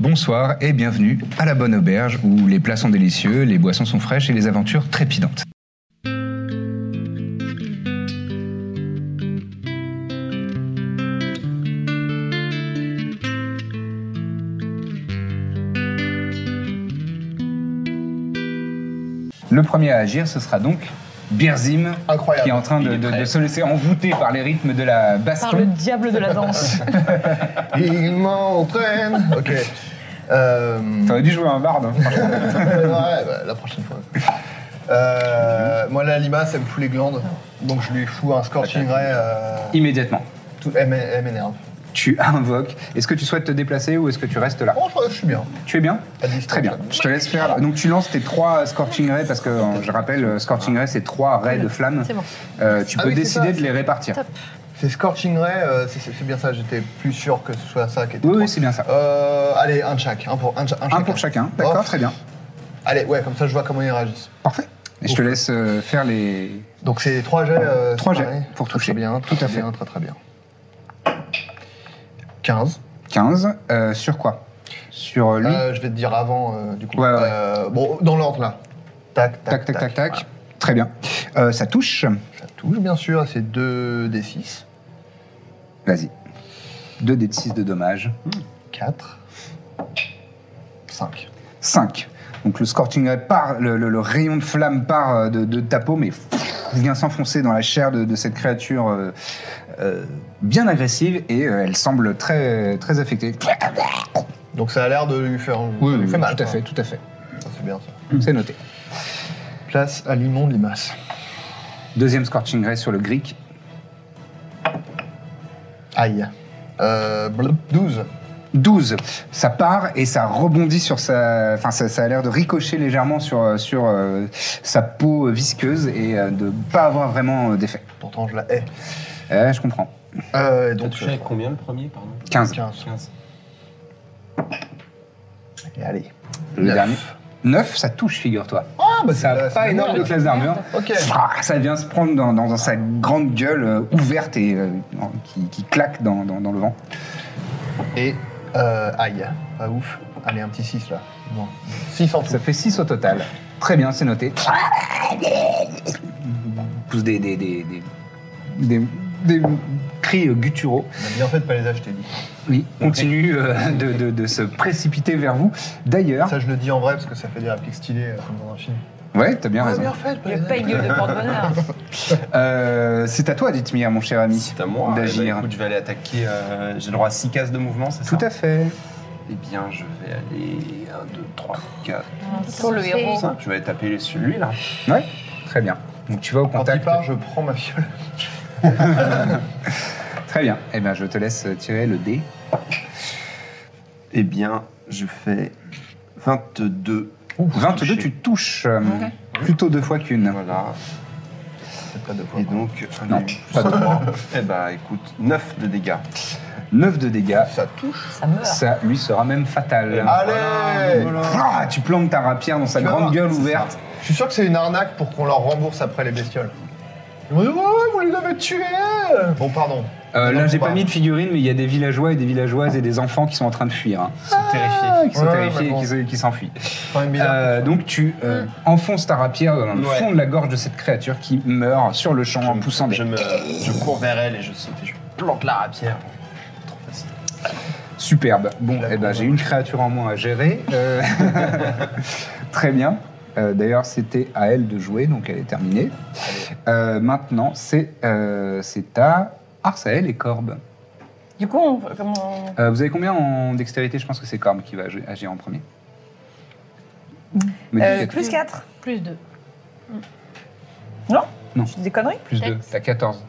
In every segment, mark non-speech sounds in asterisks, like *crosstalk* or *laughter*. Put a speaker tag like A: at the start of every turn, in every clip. A: Bonsoir et bienvenue à la bonne auberge où les plats sont délicieux, les boissons sont fraîches et les aventures trépidantes. Le premier à agir, ce sera donc Birzim,
B: Incroyable.
A: qui est en train de,
B: Il est
A: de-
B: prêt.
A: de se laisser envoûter par les rythmes de la baston.
C: Par le diable de la danse.
B: Il m'entraîne. Ok. Euh,
A: T'aurais dû jouer un barde. hein,
B: *laughs*
A: franchement.
B: ouais, bah, la prochaine fois. Euh, moi, la limace, elle me fout les glandes. Donc, je lui fous un scorching ray. euh,
A: Immédiatement.
B: tout- elle m'é- elle m'énerve.
A: Tu *laughs* invoques. Est-ce que tu souhaites te déplacer ou est-ce que tu restes là
B: Bon, je, je suis bien.
A: Tu es bien
B: À distance,
A: Très bien.
B: là.
A: Je te laisse faire. Donc tu lances tes trois Scorching Rays parce que euh, je rappelle, euh, Scorching Rays c'est trois raies de flammes.
C: C'est bon.
A: Euh, tu
B: Ah
A: peux
B: oui, c'est
A: décider
B: ça.
A: de les répartir.
C: Top.
B: C'est scorching ray, euh, c'est- c'est c'est bien ça. J'étais plus sûr que ce soit ça qui était.
A: Oui, oui,
B: trop.
A: c'est bien ça.
B: Euh, allez, un de chaque. Un pour, un de cha- un
A: Un pour chacun.
B: Oh.
A: D'accord, très bien.
B: Allez, ouais, comme ça, je vois comment ils réagissent.
A: Parfait. Et je te laisse euh, faire les.
B: Donc, c'est trois jets. euh,
A: Trois
B: c'est
A: jets
B: pareil.
A: pour
B: Très,
A: toucher.
B: Très bien,
A: Tout à
B: très
A: fait.
B: bien, très très bien. 15.
A: 15. Euh, sur quoi Sur euh, lui
B: Euh, je vais te dire avant, euh, du coup.
A: Ouais, ouais.
B: Euh, bon, dans l'ordre, là. Tac,
A: Tac, tac, tac, tac. Très bien. Euh, ça touche.
B: Voilà. Ça touche, bien sûr, c'est 2 des 6.
A: Vas-y. 2 d 6 de dommages.
B: 4. 5.
A: 5. Donc le scorching ray part, le, le- le rayon de flamme part euh, de, de ta peau, mais pff, vient s'enfoncer dans la chair de, de cette créature euh, euh, bien agressive et euh, elle semble très, très affectée.
B: Donc ça a l'air de lui faire, ça lui fait mal.
A: tout à
B: quoi.
A: fait, tout à fait.
B: Ça, C'est bien ça.
A: C'est noté.
B: Place à l'immonde limace.
A: Deuxième scorching ray sur le grec.
B: Aïe. Euh, blub, 12.
A: 12. Ça part et ça rebondit sur sa. Enfin, ça, ça a l'air de ricocher légèrement sur, euh, sur euh, sa peau visqueuse et euh, de pas avoir vraiment euh, d'effet.
B: Pourtant, je la hais.
A: Euh, je comprends.
B: Euh, et
D: T'as
B: donc,
D: touché avec combien le premier, pardon
A: 15.
B: 15.
D: 15.
B: Et allez.
A: Le
B: Neuf.
A: dernier. 9, ça touche, figure-toi.
B: Ah, bah
A: Ça n'a
B: c'est-
A: pas
B: c'est
A: énorme de
B: normal.
A: classe d'armure.
B: Ok.
A: Ah, Ça vient se prendre dans, dans- dans sa grande gueule euh, ouverte et euh, en- qui, qui claque dans, dans- dans le vent.
B: Et euh, aïe. Pas ouf. Allez, un petit 6 là. 6 en tout.
A: Ça fait 6 au total. Très bien, c'est noté. Pousse des, des, des, des, des- des cris euh, gutturaux.
B: On a bien fait de pas les acheter, dis.
A: Oui, continue euh, de, de- de se précipiter vers vous. D'ailleurs,
B: Ça, je le dis en vrai parce que ça fait des répliques stylées euh, comme dans un film.
A: ouais, t'as bien
B: Ah,
A: raison.
B: bien fait, pas les
C: Le
B: acheter.
C: paye de porte-bonheur.
A: Euh, c'est à toi, Dithmir, mon cher ami,
D: C'est à moi. Eh ben,
A: d'agir.
D: écoute, je vais aller attaquer. euh, J'ai le droit à 6 cases de mouvement, c'est ça
A: Tout à fait.
D: Eh bien, je vais aller. 1, 2, 3, 4,
C: Pour le héros.
D: 5. Je vais aller taper celui là.
A: Ouais, très bien. Donc tu vas au
B: Quand il
A: contact.
B: part, je prends ma fiole. *laughs*
A: Très bien. Eh bien, je te laisse tirer le dé.
D: Eh bien, je fais 22.
A: 22,
D: touché.
A: tu touches euh, plutôt deux fois qu'une.
D: Voilà.
B: C'est pas de quoi.
D: Et donc, un
A: Non,
D: des-
A: pas de
D: trois. *laughs* Eh ben, écoute, 9 de dégâts.
A: 9 de dégâts.
B: Ça touche.
C: Ça meurt.
A: Ça lui sera même fatal.
B: Allez
A: Ah, tu plantes ta rapière dans sa
B: Tu vas
A: grande
B: voir,
A: gueule
B: c'est
A: ouverte.
B: Je suis sûr que c'est une arnaque pour qu'on leur rembourse après les bestioles. Ils vont dire, ouais, vous les avez tués Bon, pardon.
A: Euh, là,
B: Non,
A: j'ai
B: faut
A: pas
B: pas.
A: mis de figurine, mais il y a des villageois et des villageoises et des enfants qui sont en train de fuir. hein.
D: Ils sont terrifiés.
A: Ah, qui sont
B: Ouais,
A: terrifiés
B: mais bon.
A: et qui se- qui s'enfuient.
B: Quand même bizarre.
A: Euh, donc, tu
C: Hmm.
A: euh, enfonces ta rapière dans le
D: Ouais.
A: fond de la gorge de cette créature qui meurt sur le champ en poussant des.
D: je, me, je cours vers elle et je saute et je plante la rapière. Trop facile.
A: Superbe. Bon,
B: La
A: eh ben,
B: bombe.
A: j'ai une créature en moins à gérer. Euh, *laughs* Très bien. Euh, D'ailleurs, c'était à elle de jouer, donc elle est terminée. Euh, maintenant, c'est euh, c'est à Arsael et Corbe.
C: Du coup, on, comme on-
A: Euh, vous avez combien en dextérité Je pense que c'est Corbe qui va agi- agir en premier. Me dis
C: Euh,
A: quatre.
C: plus 4
E: Plus 2.
C: Non
A: Non.
C: Je dis des conneries
A: Plus 2, t'as 14.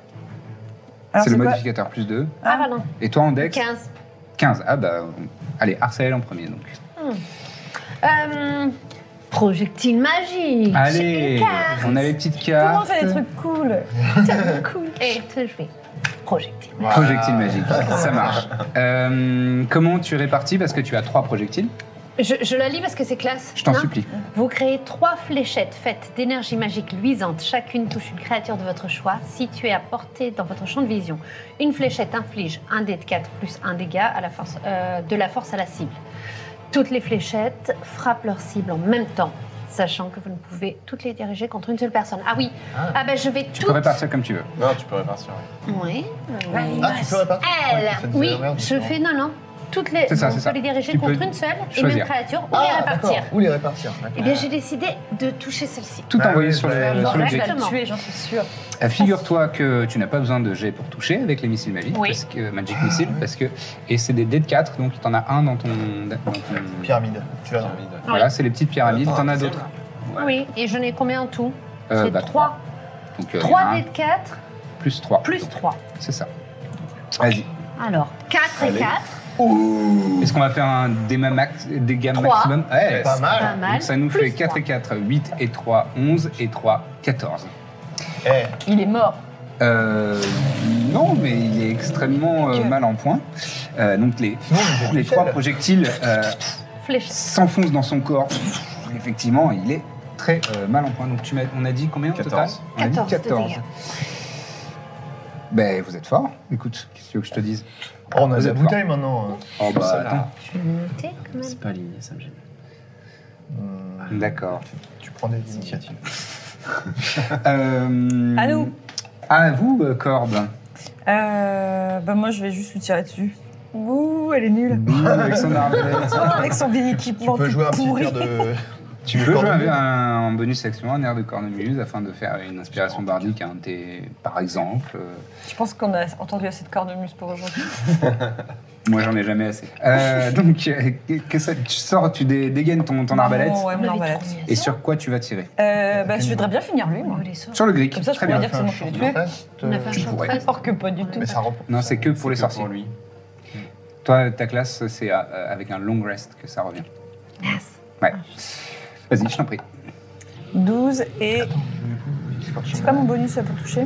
C: Alors
A: C'est le
C: c'est quoi
A: modificateur, plus 2.
E: Ah, pardon.
A: Et toi en dex
E: 15.
A: 15. Ah bah, allez, Arcel en premier donc.
E: Euh, projectile magique.
A: Allez, on
E: *laughs*
A: a les petites
C: Tout le monde
A: cartes.
C: fait des trucs cool.
E: cool. Et je vais. Projectile.
A: Projectile magique, ça marche. Euh, comment tu répartis Parce que tu as trois projectiles.
E: Je, je la lis parce que c'est classe.
A: Je t'en
E: hein
A: supplie.
E: Vous créez trois fléchettes faites d'énergie magique luisante. Chacune touche une créature de votre choix située à portée dans votre champ de vision. Une fléchette inflige un dé de 4 plus un dégât à la force, euh, de la force à la cible. Toutes les fléchettes frappent leur cible en même temps, sachant que vous ne pouvez toutes les diriger contre une seule personne. Ah oui, ah, ben je vais
A: Tu peux
E: toutes...
A: répartir comme tu veux.
D: Non, tu peux répartir.
E: Ouais.
B: Ah, tu peux répartir
E: Elle,
B: Ouais, ça disait
E: oui,
B: la merde,
E: je
B: justement.
E: fais... Non, non. Toutes les,
A: C'est ça,
E: on
A: c'est
E: peut
A: ça.
E: les diriger
A: Tu
E: contre
A: peux
E: une seule et même
A: choisir.
E: créature ou les
B: Ah,
E: répartir.
B: d'accord. Ou les répartir. d'accord.
E: Eh bien, j'ai décidé de toucher celle-ci.
A: Tout
B: Ah
A: envoyé
B: oui,
A: sur
B: je vais
A: le-
C: bah
B: faire
A: sur l'objet.
C: Je vais la tuer, j'en suis sûre.
A: Euh, Figure-toi que tu n'as pas besoin de jet pour toucher avec les missiles magiques,
C: Oui.
A: parce que, Magic Missile, parce que. Et c'est des dés de 4, donc t'en as un dans ton. dans ton-
B: Pyramide. Tu l'as dans
D: Pyramide.
A: Voilà, c'est les petites pyramides, t'en as d'autres. Ouais.
E: Oui, et je n'ai combien en tout
A: Euh,
E: C'est
A: bah,
E: 3.
A: Donc, euh,
E: 3
A: un
E: dés de 4
A: plus 3.
E: plus 3.
A: C'est ça. Vas-y.
E: Alors, 4 et 4,
A: Est-ce qu'on va faire un déma max, dégâts
E: Trois.
A: maximum Ouais,
B: Pas
E: pas
B: mal.
E: mal.
A: Donc ça nous
E: plus
A: fait 4 et 4, 8 et 3, 11 et 3, 14.
B: Eh,
C: Il est mort.
A: Euh, non, mais il est extrêmement euh, mal en point. Euh, donc les,
B: Sinon, il est
A: les
B: tout
A: trois
B: seul.
A: projectiles euh,
E: Flèche.
A: s'enfoncent dans son corps. Effectivement, il est très euh, mal en point. Donc tu m'as- on a dit combien au total
D: 14.
A: On a dit
E: 14 de
A: 14.
E: dégâts.
A: Ben, vous êtes fort. Écoute, qu'est-ce que tu veux que je te dise
B: Oh, on
A: Vous
B: a de la
A: êtes
B: bouteille maintenant. hein.
A: Oh bah
D: Ça, là.
A: attends.
E: Je vais le noter quand même.
D: C'est pas aligné, ça me gêne.
B: Hmm,
A: D'accord.
B: Tu prends des initiatives.
A: Euh,
C: À nous.
A: À vous, euh, Corbe.
C: Euh, bah moi, je vais juste lui tirer dessus. Ouh, elle est nulle.
A: Bouh,
D: *laughs*
A: avec son arbalète.
C: Ah, avec son vieil
B: Tu
C: équipement
B: peux
C: tout
B: jouer un petit
C: pourri.
B: tir de.
A: Tu peux jouer
B: cornemuse
A: avec un, en bonus action un air de cornemuse afin de faire une inspiration bardique à un de tes, par exemple. Euh,
C: Je pense qu'on a entendu assez de cornemuse pour aujourd'hui.
A: Moi, j'en ai jamais assez. Euh, donc, euh, que ça, tu sors, tu dé- dégaines ton, ton arbalète.
C: Non, ouais, mon
E: Levé
C: arbalète.
E: de
A: Et sur quoi tu vas tirer
C: Euh, bah, je voudrais bien finir lui, moi.
E: Oh, les sorts.
A: Sur le grec.
C: Comme ça, je
A: Très
C: pourrais
A: bien.
C: dire que c'est moi qui l'ai tué.
E: On a fait un
A: Je
E: champ
A: euh, pourrais.
E: treize.
C: Or que pas du tout.
B: euh, Mais ça reprend.
A: Non, c'est que pour les
D: C'est que
A: sorciers.
D: Pour lui.
A: Toi, ta classe, c'est à- euh, avec un long rest que ça revient.
E: Yes.
A: Ouais. Vas-y, je t'en prie.
C: 12 et. C'est pas mon bonus ça, pour toucher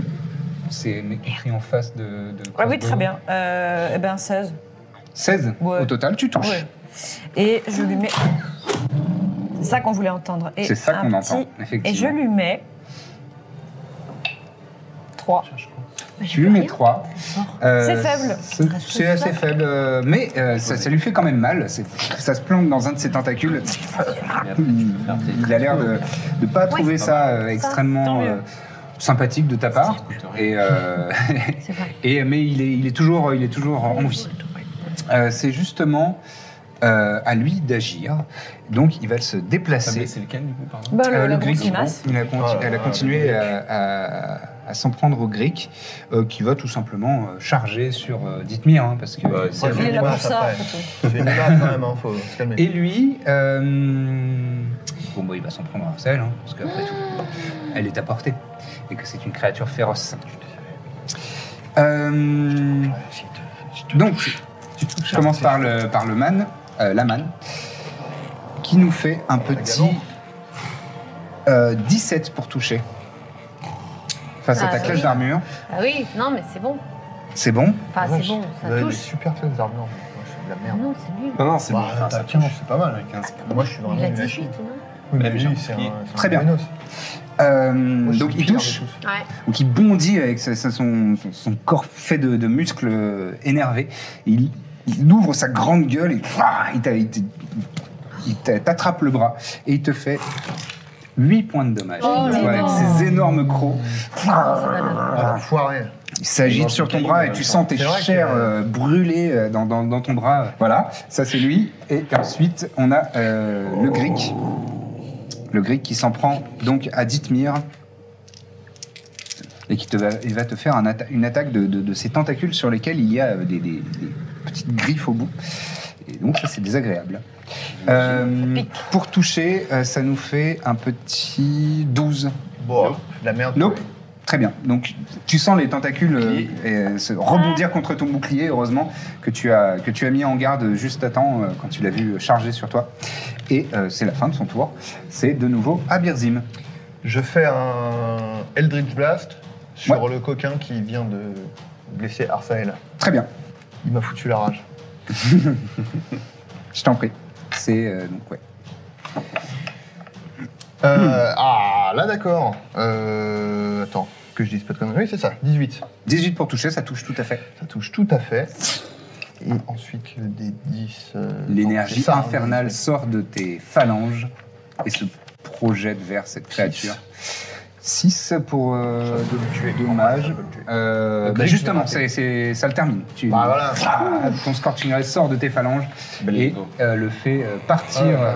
A: C'est écrit en face de. de
C: Ah oui, très bien. Euh, eh ben 16.
A: 16
C: Ouais.
A: au total, tu touches.
C: Ouais. Et je lui mets. C'est ça qu'on voulait entendre. Et
A: C'est ça
C: un
A: qu'on
C: petit-
A: entend, effectivement.
C: Et je lui mets. 3.
A: Tu lui mets 3.
C: C'est faible.
A: C'est assez faible, euh, mais euh, ça, ça lui fait quand même mal. C'est- Ça se plante dans un de ses tentacules. Il a l'air de ne pas trouver ça euh,
C: tant
A: extrêmement
C: mieux.
A: euh, sympathique de ta part. Et, euh,
E: C'est vrai.
A: *laughs* et, mais il est, il est toujours, il est toujours en vie. Euh, C'est justement euh, à lui d'agir. Donc il va se
D: Ah, mais
A: déplacer.
D: c'est lequel du coup, pardon
C: Bah, le,
A: Euh,
C: la
A: Greek,
C: grosse limace.
A: il a conti-
B: Ah,
A: elle a
B: ah,
A: continué
B: le
A: à, à- à s'en prendre au grec, euh, qui va tout simplement euh, charger sur euh, Dithmir, hein, parce que
D: Ouais,
A: c'est
D: c'est
C: Il est là pour
B: Limace
C: ça.
B: après.
C: surtout.
B: C'est
A: *laughs*
B: une image quand même, hein, faut se calmer.
A: Et lui, euh, bon, bah, il va s'en prendre à Marcel, hein, parce qu'après tout, elle est à portée, et que c'est une créature féroce. Euh, donc, je commence par le, par le man, euh, la man, qui nous fait un petit euh, 17 pour toucher. Face à
E: Ah,
A: ta classe
E: oui.
A: d'armure,
E: Ah oui, non, mais c'est bon.
A: c'est bon.
E: Enfin, Ah, c'est
B: Vache,
E: bon,
B: Vous
E: ça
B: avez des
E: touche. Ah
B: super faibles armures. Moi, je suis de la merde.
E: Non, c'est nul.
D: Non, non, c'est
B: Bah,
D: bon. Enfin,
B: t'as
D: ça
B: 15,
D: touche.
B: c'est pas mal, hein, 15. Moi, je suis vraiment
E: Il a
B: nul à
E: 18,
B: chier.
E: non
B: Oui, mais
D: Même
B: lui,
D: j'ai
B: c'est un.
D: oublié.
B: c'est un
A: Très bien.
B: Buenos.
A: Euh,
B: Moi, je suis
A: donc
B: le
A: il
B: pire de
A: touche,
B: tous.
E: Ouais.
A: donc il bondit avec sa- sa- son, son- son corps fait de, de muscles euh, énervés. Il, il ouvre sa grande gueule et ouah, il t'a- il t'a- il t'a- t'attrape le bras et il te fait 8 points de dommage.
E: Oh là
A: avec
E: là. Oh,
A: ses énormes crocs.
B: Ah, foiré.
A: Il s'agite sur ton bras et tu sens tes
B: C'est vrai que-
A: chairs euh, brûler euh, dans, dans- dans ton bras. Voilà, ça c'est lui. Et ensuite, on a euh, le grec. Le grec qui s'en prend donc à Dithmir. Et qui te va, il va te faire un atta- une attaque de, de- de ses tentacules sur lesquels il y a euh, des, des- des petites griffes au bout. Et donc ça c'est désagréable. Euh, pour toucher, euh, ça nous fait un petit 12.
B: Bon, de la merde.
A: Nope.
B: oui.
A: Très bien. Donc, tu sens les tentacules euh, et, se rebondir contre ton bouclier, heureusement, que tu as, que tu as mis en garde juste à temps euh, quand tu l'as vu charger sur toi. Et euh, c'est la fin de son tour. C'est de nouveau à Birzim.
B: Je fais un Eldritch Blast sur le coquin qui vient de blesser Arsael.
A: Très bien.
B: Il m'a foutu la rage.
A: Je t'en prie. C'est euh, donc, ouais. Hmm.
B: Euh, Ah, là d'accord. Euh, attends, que je dise pas de conneries. Oui, c'est ça, 18.
A: 18 pour toucher, ça touche tout à fait.
B: Ça touche tout à fait. Et ensuite, le D10. euh,
A: L'énergie
B: non, c'est ça,
A: infernale
B: hein,
A: sort de tes phalanges et se projette vers cette créature. 6 pour euh,
B: Ça peut le tuer.
A: dommage.
B: Ça peut le tuer.
A: Euh,
B: Le
A: bah,
B: crit,
A: justement,
B: je l'ai
A: c'est-
B: raté.
A: c'est- ça le termine. Tu-
B: Bah, voilà.
A: Ah, ton Scorching Ray sort de tes phalanges et
D: Bingo.
A: euh, le fait euh, partir
B: Ah, ouais, ouais.
A: euh,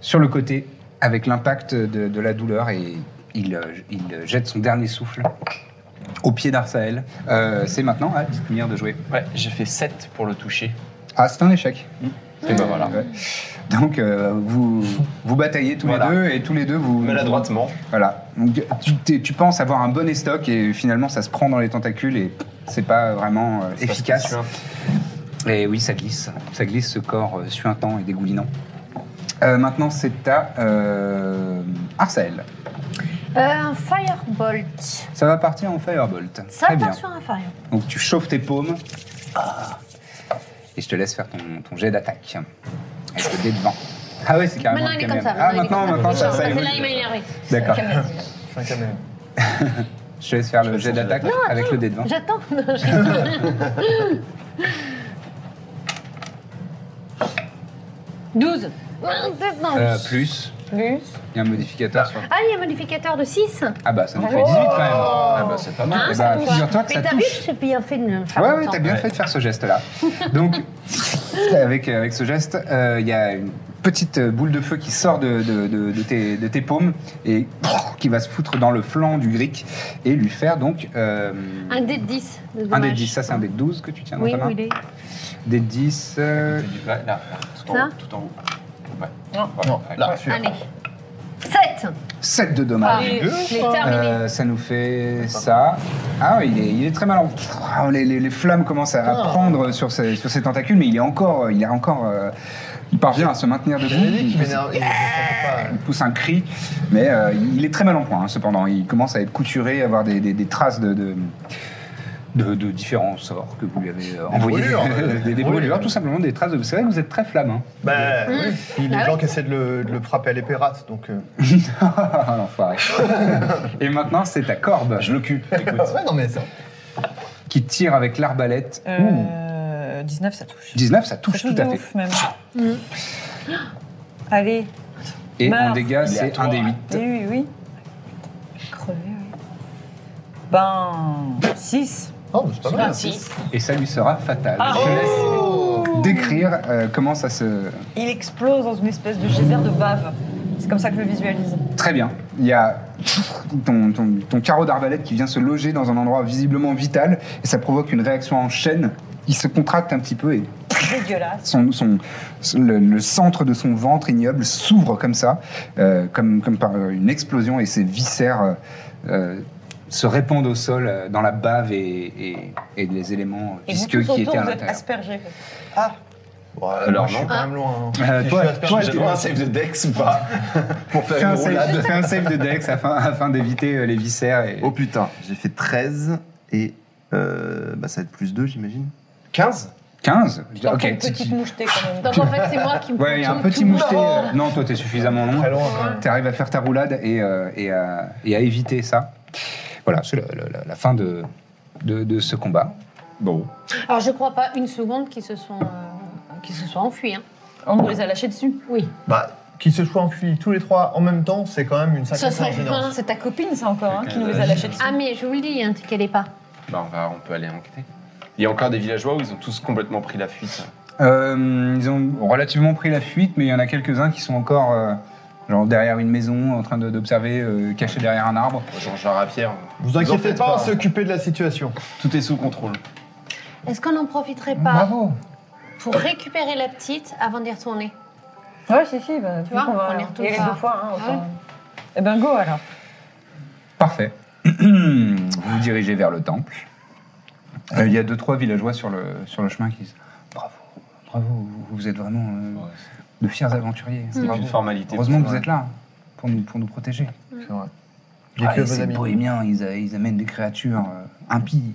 A: sur le côté avec l'impact de, de la douleur et il, euh, il euh, jette son dernier souffle au pied d'Arsael. Euh, c'est maintenant à Titmir de jouer.
D: Ouais, j'ai fait 7 pour le toucher.
A: Ah, c'est un échec. Euh,
D: Et ben voilà.
A: Ouais. Donc euh, vous vous bataillez tous
D: Voilà.
A: les deux et tous les deux vous
D: Maladroitement.
A: Voilà. Donc tu, t'es- tu penses avoir un bon estoc et finalement ça se prend dans les tentacules et c'est pas vraiment euh, efficace. Et oui, ça glisse. Ça glisse ce corps euh, suintant et dégoulinant. Euh, maintenant, c'est à euh, Arcel.
E: Euh, un firebolt.
A: Ça va partir en Firebolt.
E: Ça
A: Très bien.
E: part sur un firebolt.
A: Donc tu chauffes tes paumes. Ah. Et je te laisse faire ton, ton jet d'attaque. Avec le dé de vent. Ah oui, c'est carrément.
E: Maintenant, il est
A: le
E: comme ça.
A: camion. Ah, maintenant, maintenant,
E: il est comme
A: ça,
E: ça.
A: ça
E: C'est
A: évolue.
E: là, il m'a énervé.
A: D'accord.
E: Ok, vas-y.
B: C'est un caméléon.
A: Je te laisse faire le jet
D: son jet
A: d'attaque *laughs* avec le dé de vent. *laughs*
E: J'attends. Non, j'ai- 12. Non,
A: Euh, plus. Il y a un modificateur sur.
E: Ah, il y a un modificateur de 6
A: Ah bah ça nous
E: Oh.
A: fait 18 quand même. Ah bah c'est pas
E: Hein,
A: mal. Eh bah, figure-toi que
E: Mais
A: ça
E: t'as vu,
A: touche.
E: j'ai bien fait de le faire.
A: Ouais,
E: en
A: ouais,
E: temps.
A: t'as bien fait de faire ce geste-là. Donc, avec, avec ce geste, euh, il y a une petite euh, boule de feu qui sort de, de- de- de tes, de tes paumes et qui va se foutre dans le flanc du Gric et lui faire donc euh,
E: Un dé de 10.
A: un dé de 10. Ça, c'est un dé de 12 que tu tiens dans
E: Oui,
A: ta main.
E: oui, il est.
A: Dé de 10. euh,
D: Ouais, là, tout en
E: Ça
D: haut.
A: Oh,
D: Tout en haut. Ouais.
B: Non,
D: Ouais,
B: non,
D: ouais.
B: là, sûr.
E: Allez. 7
A: 7 de dommages.
E: Allez,
B: deux,
E: je l'ai Ah, terminé.
A: Euh, ça nous fait ça. Ah, il est, il est très mal en. Ah, Les, les- les flammes commencent à
B: Ah.
A: prendre sur ses, sur ses tentacules, mais il est encore. Il est encore. euh, il parvient à se maintenir debout.
B: J'avais dit
A: Il
B: qu'il
A: pousse,
B: m'énerve. et je sentais
A: il pousse un cri, mais euh, il est très mal en point. hein, cependant, il commence à être couturé, à avoir des, des- des traces de. de de, de différents sorts que vous lui avez euh, envoyés. *laughs*
B: brûlures, euh,
A: des, des
B: des
A: brûlures,
B: brûlures.
A: tout simplement des traces de. C'est vrai que vous êtes très flamme. hein.
B: pas. Bah, oui. Puis
E: Ah
B: les
E: oui.
B: gens qui essaient de le, de le frapper à l'épée rate, donc. euh,
A: L'enfoiré. *laughs* Et maintenant, c'est ta corbe
D: Je l'occupe. Écoute.
B: Ah Ouais, non, mais ça.
A: qui tire avec l'arbalète. Ouh.
C: Euh, 19, ça touche.
A: 19, ça touche
C: Ça touche
A: tout à
C: de
A: fait. Ah.
C: ouf, même. Allez.
A: Et en
C: Merde.
A: dégâts,
D: Il est à
A: c'est
D: toi.
A: un des 8.
C: Oui, Eh oui, oui. Crevé, oui. Ben. 6.
B: Oh, mais c'est pas mal.
A: Et ça lui sera fatal.
C: Ah.
A: Je te laisse décrire euh, comment ça se.
C: Il explose dans une espèce de geyser de bave. C'est comme ça que je le visualise.
A: Très bien. Il y a ton, ton- ton carreau d'arbalète qui vient se loger dans un endroit visiblement vital et ça provoque une réaction en chaîne. Il se contracte un petit peu et
C: Dégueulasse.
A: son, son- le, le centre de son ventre ignoble s'ouvre comme ça, euh, comme, comme par une explosion, et ses viscères euh, euh, se répandent au sol euh, dans la bave et, et- et les éléments
C: Et vous
A: visqueux
C: tous
A: qui
C: autour,
A: étaient à
C: vous êtes
A: l'intérieur.
C: aspergés.
B: Ouais,
D: Alors,
B: moi, je suis
D: non.
B: quand même loin. hein.
A: Euh,
B: Si
A: toi-
B: je suis aspergé,
A: toi,
B: j'ai
A: t'es-
B: droit à
D: un save de Dex ou pas Pour
A: Fais
D: faire
A: un,
D: une roulade.
A: save, fais un save de Dex afin, afin d'éviter euh, les viscères. Et...
F: Oh putain, j'ai fait 13 et euh, bah, ça va être plus 2, j'imagine.
D: 15
A: 15
C: Dans
A: Ok.
C: une petite mouchetée, quand même.
E: Donc en fait, c'est moi qui me
A: Ouais, il y a un petit
E: moucheté.
A: moucheté. euh, Non, toi, t'es suffisamment long.
B: Très loin, hein. quand même.
A: Tu arrives à faire ta roulade et, euh, et à, et à éviter ça. Voilà, c'est la, la- la- la fin de, de, de ce combat.
F: Bon.
E: Alors je crois pas une seconde qu'ils se sont, euh, qu'ils se soient enfuis. hein.
C: On nous les a lâchés dessus.
E: Oui.
B: Bah, qu'ils se soient enfuis tous les trois en même temps, c'est quand même une sacrée
E: Ça serait
B: coïncidence.
C: C'est ta copine, ça, encore, hein, qui nous les a lâchés dessus.
E: Ah mais je vous le dis, hein, tu calais pas.
D: Bah, on, va, on peut aller enquêter. Il y a encore des villageois où ils ont tous complètement pris la fuite. hein
A: Euh, ils ont relativement pris la fuite, mais il y en a quelques-uns qui sont encore euh, genre derrière une maison, en train de- d'observer, euh, cachés derrière un arbre.
D: Genre, genre à Pierre.
B: Vous inquiétez
D: faites
B: pas,
D: pas,
B: on
D: hein.
B: s'occuper de la situation.
D: Tout est sous contrôle.
E: Est-ce qu'on n'en profiterait pas
B: Bravo.
E: pour récupérer la petite avant d'y retourner
C: Ouais, si, si. Bah, tu
E: vois,
C: qu'on
E: on y
C: va
E: retourne
G: Ah
C: y aller
E: pas.
C: deux fois. Hein, autant-
E: Ouais.
C: Eh ben, go, alors.
A: Parfait. *clears throat* vous vous dirigez vers le temple. Euh, Il y a deux, trois villageois sur le, sur le chemin qui disent Bravo, bravo, vous- vous êtes vraiment euh, de fiers aventuriers.
D: C'est
A: Bravo.
D: une formalité.
A: Heureusement que vous
D: Ouais.
A: êtes là pour nous, pour nous protéger.
B: C'est vrai. J'ai
A: Ah,
B: que
A: et
B: vos
A: ces
B: amis.
A: bohémiens, ils, a- ils amènent des créatures euh, impies.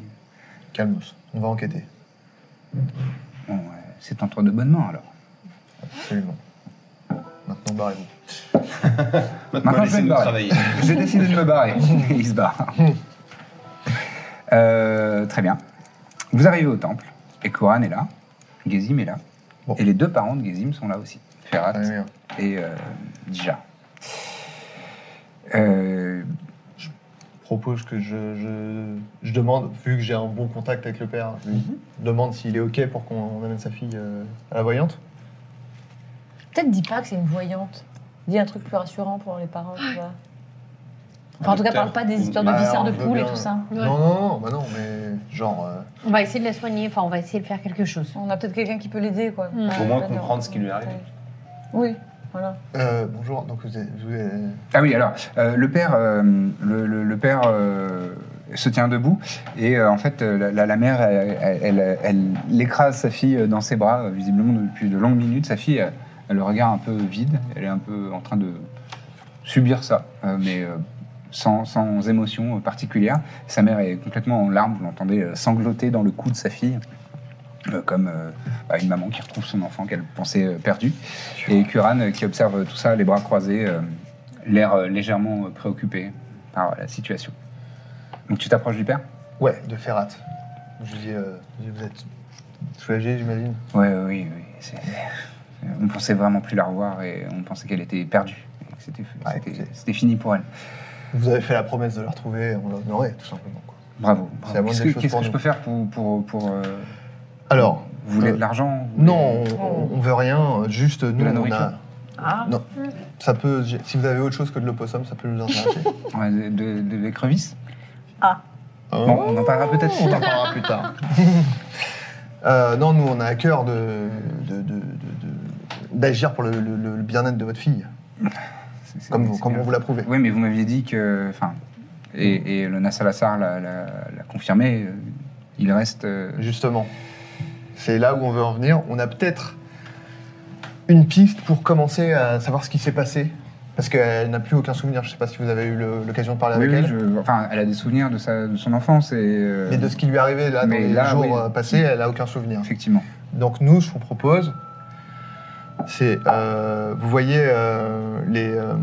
B: Calmos. On va enquêter.
A: Bon, euh, c'est entre de bonnes mains alors.
B: Absolument. Maintenant, barrez-vous.
A: Maintenant,
D: Maintenant,
A: je vais me
D: laissez-nous
A: barrer.
D: travailler.
A: *laughs* J'ai décidé de me barrer. Et il se barre. Euh, très bien. Vous arrivez au temple et Koran est là, Gézim est là,
B: Bon.
A: et les deux parents de Gézim sont là aussi, Ferrat
B: Allez, viens.
A: et euh, Dija. Euh,
B: propose que je, je, je demande, vu que j'ai un bon contact avec le père, je lui demande s'il est OK pour qu'on amène sa fille euh, à la voyante.
G: Peut-être dis pas que c'est une voyante. Dis un truc plus rassurant pour les parents, tu vois. Enfin, en tout cas, parle pas des histoires de
B: Bah,
G: viscères
B: on
G: de
B: veut
G: poule et
B: bien.
G: tout ça.
E: Ouais.
B: Non, non, non, bah non, mais genre, euh,
E: On va essayer de la soigner, enfin, on va essayer de faire quelque chose.
G: On a peut-être quelqu'un qui peut l'aider, quoi.
E: Mm.
G: Pas-
D: Au moins
G: pas dire-
D: comprendre ce qui lui est arrivé.
G: Oui, voilà.
B: euh, bonjour, donc vous êtes. vous êtes-
A: Ah oui, alors, euh, le père, euh, le, le- le père euh, se tient debout et euh, en fait, euh, la- la, la mère, elle, elle- elle- elle écrase sa fille euh, dans ses bras, euh, visiblement depuis de longues minutes. Sa fille, elle, elle le regarde un peu vide, elle est un peu en train de subir ça, euh, mais euh, sans, sans émotion euh, particulière. Sa mère est complètement en larmes, vous l'entendez euh, sangloter dans le cou de sa fille. euh, comme euh, bah, une maman qui retrouve son enfant qu'elle pensait euh, perdu. Et Kuran euh, qui observe tout ça, les bras croisés, euh, l'air euh, légèrement euh, préoccupé par euh, la situation. Donc tu t'approches du père
B: ouais, de Ferrat. Je lui dis, euh, je dis, vous êtes soulagé, j'imagine.
A: Ouais, ouais, oui, oui. c'est- euh, On pensait vraiment plus la revoir et on pensait qu'elle était perdue. et que C'était
B: Ah,
A: c'était-
B: écoutez.
A: c'était fini pour elle.
B: Vous avez fait la promesse de la retrouver, on l'a honorée, tout simplement. quoi.
A: Bravo.
B: C'est la
A: bravo.
B: moindre
A: Qu'est-ce
B: des
A: que,
B: choses
A: qu'est-ce
B: pour
A: que je
B: nous.
A: peux faire pour... pour, pour, euh,
B: Alors,
A: vous voulez
B: euh,
A: de l'argent vous voulez-
B: non, on, on veut rien, euh, juste nous,
A: la
B: on
A: nourriture.
B: a.
C: Ah.
B: Non. Ça peut, si vous avez autre chose que de l'opossum, ça peut nous intéresser.
G: *laughs*
A: Ouais, de, de, de l'écrevisse
B: Hein
A: Bon, on en parlera peut-être plus
B: On
A: tard.
B: en parlera plus tard. Euh, non, nous, on a à cœur de, de- de- de- de- d'agir pour le, le- le bien-être de votre fille,
A: *laughs* C'est- c'est-
B: comme, vous-
A: c'est
B: comme
A: bien.
B: on vous l'a prouvé.
A: Oui, mais vous m'aviez dit que. Enfin. Et, et le Nassal Assar l'a- l'a l'a confirmé. euh, Il reste. euh,
B: Justement, c'est là où on veut en venir. On a peut-être une piste pour commencer à savoir ce qui s'est passé, parce qu'elle n'a plus aucun souvenir. Je ne sais pas si vous avez eu le- l'occasion de parler
A: Oui,
B: avec
A: oui,
B: elle.
A: je- enfin, elle a des souvenirs de, sa, de son enfance et. euh,
B: Mais de ce hein. qui lui est arrivé là, dans
A: Mais
B: les
A: là,
B: jours
A: oui.
B: euh, passés, elle n'a aucun souvenir.
A: Effectivement.
B: Donc nous, ce qu'on propose, c'est, euh, vous voyez, euh, les, euh,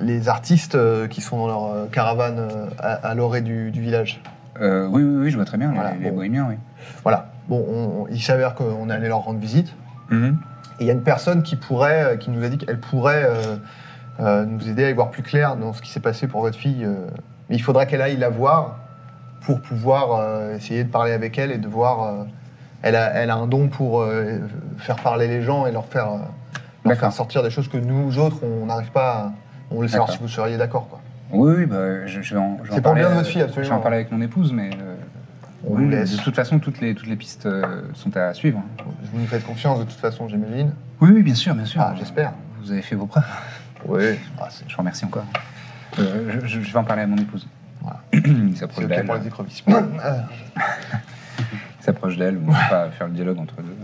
B: les artistes euh, qui sont dans leur euh, caravane euh, à, à l'orée du, du village.
A: Euh, oui, oui, oui, je vois très bien,
B: Voilà,
A: les, les
B: bon.
A: bohémiens, oui.
B: Voilà. Bon, on- on- il s'avère qu'on est allé leur rendre visite.
A: Mhm.
B: Et il y a une personne qui pourrait, euh, qui nous a dit qu'elle pourrait euh, euh, nous aider à y voir plus clair dans ce qui s'est passé pour votre fille. euh. Mais il faudra qu'elle aille la voir pour pouvoir euh, essayer de parler avec elle et de voir. euh, elle, a, elle a un don pour euh, faire parler les gens et leur faire, euh, leur
A: D'accord.
B: faire sortir des choses que nous autres, on n'arrive pas à. On le savoir
A: D'accord.
B: si vous seriez d'accord. quoi.
A: Oui, oui, bah, je, je vais en, je vais en
B: C'est pour
A: parler.
B: le bien de
A: euh,
B: votre fille,
A: Je vais en
B: absolument.
A: parler avec mon épouse, mais. euh,
B: On
A: oui,
B: vous laisse.
A: De toute façon, toutes les, toutes les pistes euh, sont à suivre.
B: Vous nous faites confiance de toute façon, j'imagine.
A: Oui, oui, bien sûr, bien sûr.
B: Ah, j'espère.
A: Vous avez fait vos preuves. Ah,
B: Oui.
A: Je vous remercie encore. Euh, je, je- je vais en parler à mon épouse.
B: Voilà.
A: *clears throat* Il s'approche
B: c'est ok
A: d'elle.
B: pour les Ah, écrevisses. *coughs*
A: Il s'approche d'elle, on ne peut pas faire le dialogue entre deux.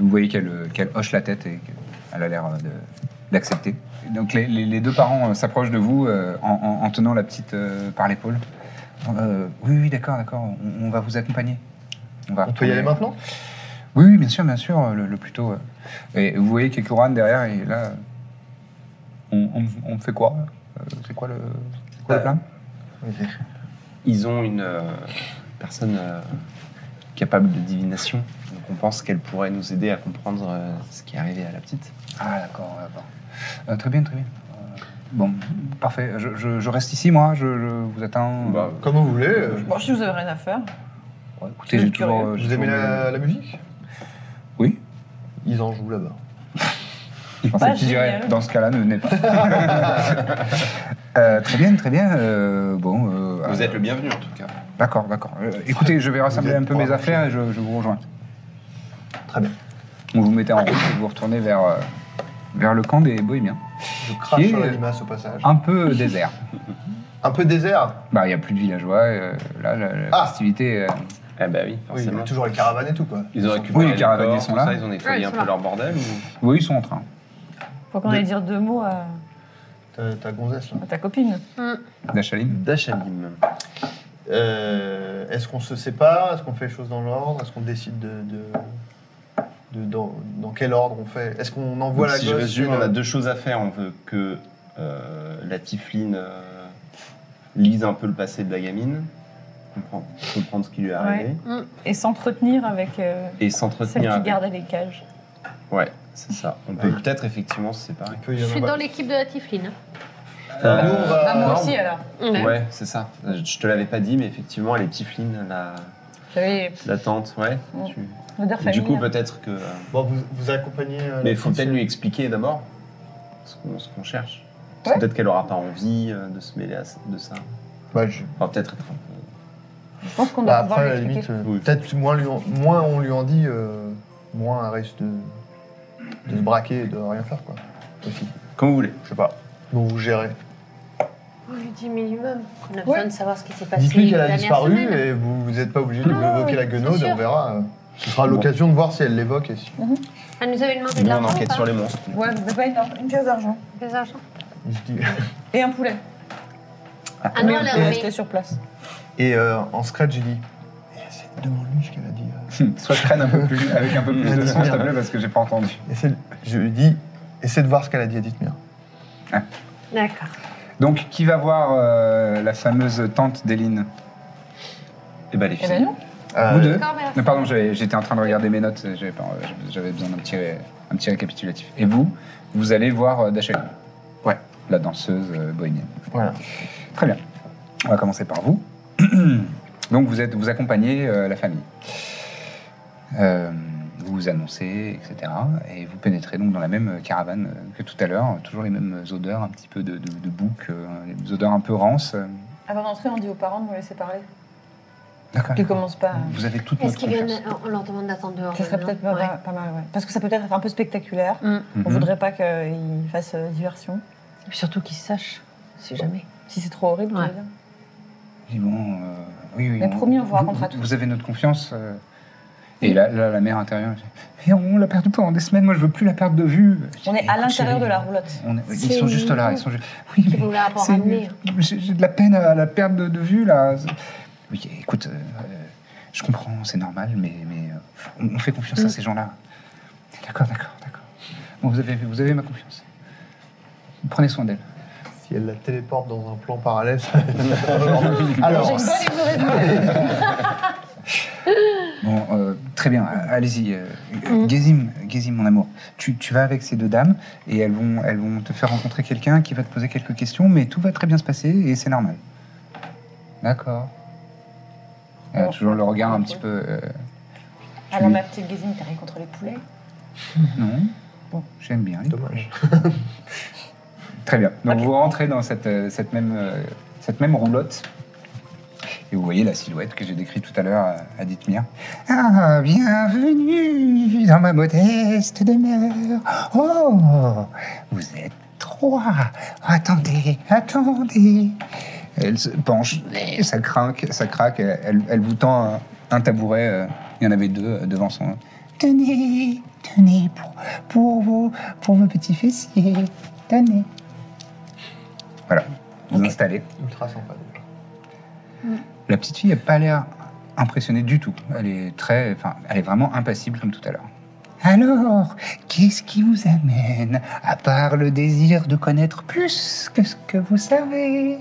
A: Vous voyez qu'elle euh, qu'elle hoche la tête et qu'elle a l'air euh, de- d'accepter. Donc les, les- les deux parents euh, s'approchent de vous euh, en, en- en tenant la petite euh, par l'épaule. Euh, oui, oui, d'accord, d'accord, on, on va vous accompagner. va
B: on peut y aller
A: retourner-
B: maintenant
A: oui, oui, bien sûr, bien sûr, euh, le, le plus tôt. euh. Et vous voyez Kekoran derrière, et là, euh, on, on- on fait quoi Euh, C'est quoi le, c'est
B: Bah,
A: quoi le plan
D: Ils ont une euh, personne euh, capable de divination. Donc on pense qu'elle pourrait nous aider à comprendre euh, ce qui est arrivé à la petite.
A: Ah, d'accord, d'accord. Euh, très bien, très bien. Euh, Bon, parfait. Je, je- je reste ici, moi. Je, je vous attends.
D: Bah,
B: Comme vous voulez. euh,
C: Bon, si vous avez rien à faire.
A: Ouais, écoutez, j'ai
C: je suis
A: toujours.
C: curieux.
A: euh, j'ai
B: Vous aimez
A: toujours
B: la,
A: mes-
B: la musique
A: Oui.
B: Ils en jouent là-bas.
A: Je pensais
C: Bah,
A: que tu dirais,
C: génial.
A: dans ce cas-là, ne venez pas. Euh, très bien, très bien. euh, bon. euh,
D: Vous
A: euh,
D: êtes le bienvenu en tout cas.
A: D'accord, d'accord. Euh, écoutez, je vais rassembler
B: êtes
A: un peu mes
B: pas-
A: affaires et je, je vous rejoins.
B: Très bien.
A: Bon, vous vous mettez en route et vous retournez vers, euh, vers le camp des Bohémiens.
B: Je crache
A: Qui Ah.
B: sur
A: est-
B: la limace au passage.
A: Un peu désert.
B: Un peu désert.
A: Bah, il n'y a plus de villageois. euh, là, la, la
B: Ah.
A: festivité. euh,
D: Ah bah oui,
B: Oui, il y
D: forcément.
B: a toujours les caravanes et tout, quoi.
D: Ils ont
A: Oui,
D: récupéré
A: les
D: le
A: caravaniers
D: corps,
A: sont
D: tout
A: là.
D: ça, Ils ont nettoyé
E: Ouais,
D: un
E: ils
D: peu
E: sont là.
D: leur bordel ou...
A: Oui, ils sont en train.
C: Faut qu'on aille dire deux mots à,
B: T'as t'as gonzesse, là.
C: à ta copine.
E: Hum.
A: Dachaline *laughs*
D: Dachalim.
B: Euh, Est-ce qu'on se sépare Est-ce qu'on fait les choses dans l'ordre Est-ce qu'on décide de... de- de- dans, dans quel ordre on fait Est-ce qu'on envoie
D: Donc,
B: la
D: si je
B: gosse
D: résume,
B: et
D: on
B: le-
D: a deux choses à faire. On veut que euh, la Tifline euh, lise un peu le passé de la gamine, comprendre, comprendre ce qui lui est arrivé,
C: Ouais. Et s'entretenir avec euh, celle
D: et
C: qui
D: s'entretenir avec.
C: gardait les cages.
D: Ouais, c'est ça. On peut
B: Ouais.
D: peut-être effectivement se séparer.
B: Il peut y
E: Je
B: en
E: suis
B: avoir-
E: dans l'équipe de la Tifline.
B: Euh, nous, on va-
G: Ah, moi
B: non,
G: aussi, alors.
D: Ouais, c'est ça. Je te l'avais pas dit, mais effectivement, elle est Tifline, la,
G: J'avais
D: la tante, ouais. Tu-
G: l'odeur hein.
D: Et
G: familiale.
D: du coup, peut-être que. euh,
B: Bon, vous, vous accompagnez... euh, la
D: Mais il faut
B: petite-
D: peut-être lui expliquer d'abord ce qu'on ce qu'on cherche. Parce que Peut-être qu'elle aura pas envie euh, de se mêler à ça- de ça.
B: Bah, je-
D: Enfin, peut-être être un peu-
G: Je pense qu'on
B: bah,
G: doit pouvoir
B: après, à la
G: l'expliquer.
B: limite, euh,
D: Oui.
B: peut-être moins, lui en- moins on lui en dit, euh, moins elle risque de, de se braquer et de rien faire, quoi. Aussi,
D: Comme vous voulez.
B: je sais pas. Donc vous gérez.
E: On lui dit minimum. On a
G: besoin
E: besoin de savoir ce qui s'est passé.
B: Dites-lui qu'elle a disparu et vous n'êtes pas obligé de lui
E: Ah,
B: évoquer la
E: c'est
B: guenaude et on
E: sûr.
B: verra. euh, Ce sera l'occasion de voir si elle l'évoque et si.
E: Elle nous avait demandé de
D: Nous, on
E: l'argent. ou
D: enquête
E: pas
D: sur les monstres.
G: Ouais, vous pouvez pas une, une pièce d'argent.
E: Des argents.
B: Je dis- *laughs*
G: Et un poulet.
E: Ah non, elle a
G: Et
E: remis.
G: rester sur place.
B: Et euh, en scratch, j'ai dit. Eh, essaie de- Demande-lui ce qu'elle a dit. euh.
A: Soit je traîne un peu plus, avec un peu
G: *laughs*
A: plus de son, s'il te plaît, parce que j'ai pas entendu.
B: Essaie de- Je lui dis, essaie de voir ce qu'elle a dit à Dithmir.
E: D'accord.
A: Donc, qui va voir euh, la fameuse tante d'Eline
D: Et bah, les filles.
G: Eh ben non.
B: Euh,
A: Vous deux
E: D'accord, mais
A: Ah, Non, pardon, j'avais- j'étais en train de regarder mes notes, j'avais pas- j'avais besoin d'un petit, ré- un petit récapitulatif. Et vous, vous allez voir euh, Dachaline Ouais. La danseuse euh, bohémienne.
B: Voilà.
A: Très bien. On va commencer par vous. *clears throat* Donc vous êtes, vous accompagnez euh, la famille. Euh, vous vous annoncez, etc. Et vous pénétrez donc dans la même caravane euh, que tout à l'heure. Toujours les mêmes odeurs, un petit peu de, de, de bouc, euh, les odeurs un peu rances. euh.
G: Avant d'entrer, on dit aux parents de nous laisser parler.
A: D'accord.
G: Ils commencent pas. à-
A: Vous avez toute
E: Est-ce
A: notre
E: qu'ils
A: confiance.
E: viennent On leur demande d'attendre dehors.
G: Ah. Ça serait
E: non
G: peut-être pas,
E: Ouais.
G: pas mal, ouais. Parce que ça peut peut-être être un peu spectaculaire.
E: Mm.
G: On
A: Mhm.
G: voudrait pas qu'ils fassent euh, diversion.
E: Et puis Surtout qu'ils sachent, si jamais.
G: Si c'est trop horrible, tu
E: Ouais.
G: veux dire.
A: Oui, bon, euh, oui, oui.
G: Mais promis, on vous racontera
A: vous,
G: tout.
A: Vous avez notre confiance. euh, et là, là, la mère intérieure. Et on l'a perdu pendant des semaines. Moi, je veux plus la perdre de vue. eh,
G: On est à
A: Écoute,
G: l'intérieur
A: chérie,
G: de la roulotte.
A: on est- ils
E: C'est
A: sont juste là.
E: mignon.
A: Ils sont juste. Oui,
E: Ils vont la avoir
A: c'est-
E: ramenée.
A: J'ai j'ai de la peine à la perdre de, de vue là. Oui, écoute, euh, euh, je comprends, c'est normal, mais, mais euh, on, on fait confiance
G: Mm.
A: à ces gens-là. D'accord, d'accord, d'accord. Bon, vous avez, vous avez ma confiance. Prenez soin d'elle.
B: Si elle la téléporte dans un plan parallèle, *laughs* ça Alors,
G: J'ai une bonne et une mauvaise nouvelle.
A: Bon, euh, très bien, euh, allez-y. euh, euh, Gazim, Gazim, mon amour, tu, tu vas avec ces deux dames et elles vont, elles vont te faire rencontrer quelqu'un qui va te poser quelques questions, mais tout va très bien se passer et c'est normal. D'accord. Euh, toujours le regard un petit peu. euh,
G: Alors, Ah ma petite Guésine, t'as rien contre les poulets
A: non, bon, j'aime bien. les
B: dommage.
A: Très bien. Donc vous rentrez dans cette, euh, cette, même, euh, cette même roulotte. Et vous voyez la silhouette que j'ai décrite tout à l'heure à- à Dithmir. Ah, bienvenue dans ma modeste demeure. Oh, vous êtes trois. Attendez, attendez. Elle se penche, et ça craque, ça craque. Elle, elle vous tend un, un tabouret. euh, Il y en avait deux euh, devant son. Tenez, tenez pour, pour vos, pour vos petits fessiers. Tenez. Voilà, vous installez.
B: Ultra sympa déjà.
A: La petite fille n'a pas l'air impressionnée du tout. Elle est très, enfin, elle est vraiment impassible comme tout à l'heure. Alors, qu'est-ce qui vous amène, à part le désir de connaître plus que ce que vous savez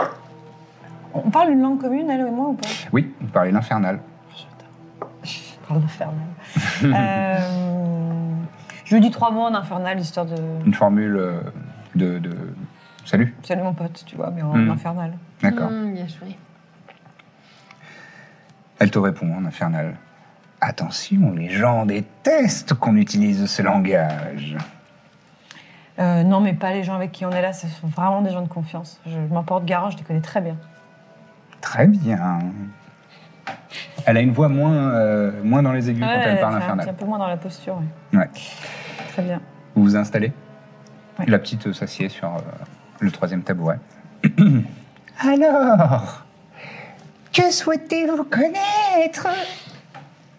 G: Euh, On parle une langue commune, elle et moi, ou pas
A: Oui, vous parlez l'infernal.
G: On
A: *laughs*
G: parle d'infernal. Euh, Je lui dis trois mots en infernal, histoire de...
A: Une formule euh, de, de... salut.
G: Salut mon pote, tu vois, mais en
A: Mm.
G: infernal.
A: D'accord.
E: Hum, bien joué.
A: Elle te répond en infernal. Attention, les gens détestent qu'on utilise ce langage.
G: Euh, non, mais pas les gens avec qui on est là, ce sont vraiment des gens de confiance. Je, je m'en porte garant, je les connais très bien.
A: Très bien. Elle a une voix moins, euh, moins dans les aigus quand
G: Ouais,
A: elle parle
G: c'est un, petit- un
A: infernal.
G: peu moins dans la posture. ouais.
A: Ouais.
G: Très bien.
A: Vous vous installez.
G: Ouais.
A: La petite euh, s'assied sur euh, le troisième tabouret. *clears throat* Alors, que souhaitez-vous connaître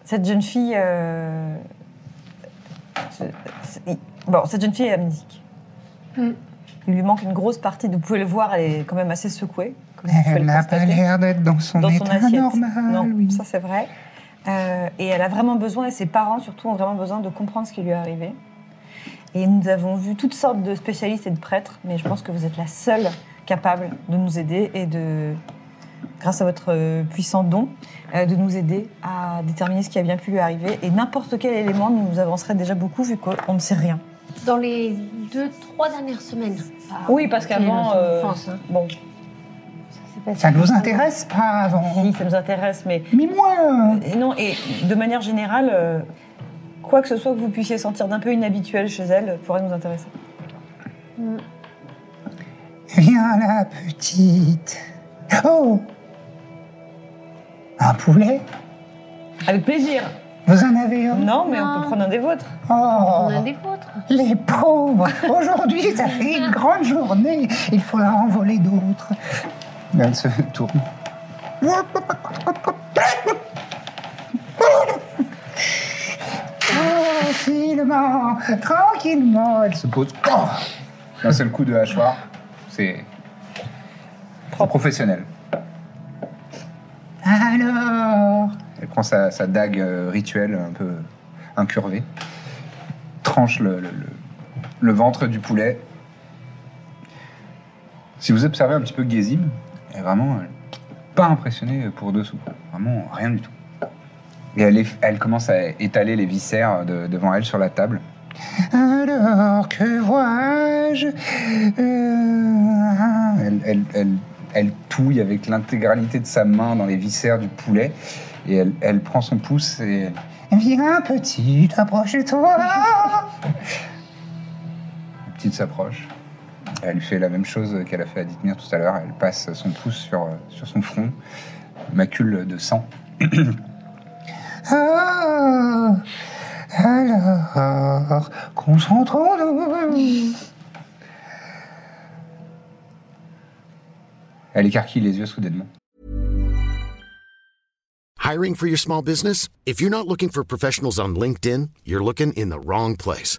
G: Cette jeune fille. euh, c'est- c'est- Bon, cette jeune fille est amnésique.
E: Hmm.
G: Il lui manque une grosse partie. Vous pouvez le voir, elle est quand même assez secouée. Comme vous pouvez
A: Elle
G: le
A: n'a pas
G: constater.
A: l'air d'être dans son
G: dans son
A: état
G: assiette.
A: normal.
G: non,
A: oui.
G: ça c'est vrai. Euh, et elle a vraiment besoin, et ses parents surtout ont vraiment besoin de comprendre ce qui lui est arrivé. Et nous avons vu toutes sortes de spécialistes et de prêtres, mais je pense que vous êtes la seule capable de nous aider et de, grâce à votre euh, puissant don, euh, de nous aider à déterminer ce qui a bien pu lui arriver. Et n'importe quel élément nous avancerait déjà beaucoup vu qu'on ne sait rien.
E: Dans les deux, trois dernières semaines. Ah,
G: Oui, parce qu'avant,
E: les leçons
G: euh,
E: d'enfance, hein.
G: Bon,
E: Ça s'est passé
A: Ça ne vous
E: vraiment.
A: intéresse pas avant.
G: si ça nous intéresse, mais
A: Mais moi,
G: Et Non, et de manière générale, euh, quoi que ce soit que vous puissiez sentir d'un peu inhabituel chez elle pourrait nous intéresser.
A: viens la petite. Oh Un poulet
G: Avec plaisir
A: Vous en avez un
G: Non, mais on
E: Non.
G: peut prendre un des vôtres.
A: Oh
E: On a des vôtres.
A: Les pauvres Aujourd'hui, ça fait une grande journée. Il faudra en voler d'autres. Elle se tourne. Tranquillement, Ah, tranquillement. Elle se pose. Oh D'un seul coup de hachoir, c'est c'est professionnel. Alors Elle prend sa, sa dague euh, rituelle un peu incurvée tranche le, le- le- le ventre du poulet. Si vous observez un petit peu Gézim, elle est vraiment euh, pas impressionnée pour dessous. Vraiment rien du tout. Et elle, est- elle commence à étaler les viscères de- devant elle sur la table. Alors, que vois-je Euh, elle, elle- elle- elle touille avec l'intégralité de sa main dans les viscères du poulet. Et elle, elle prend son pouce et elle... Viens, petite, approche-toi La petite s'approche. Elle fait la même chose qu'elle a fait à Dithmir tout à l'heure. Elle passe son pouce sur, sur son front, macule de sang. Ah, alors, concentrons-nous. Elle écarquille les yeux soudainement.
H: Hiring for your small business? If you're not looking for professionals on LinkedIn, you're looking in the wrong place.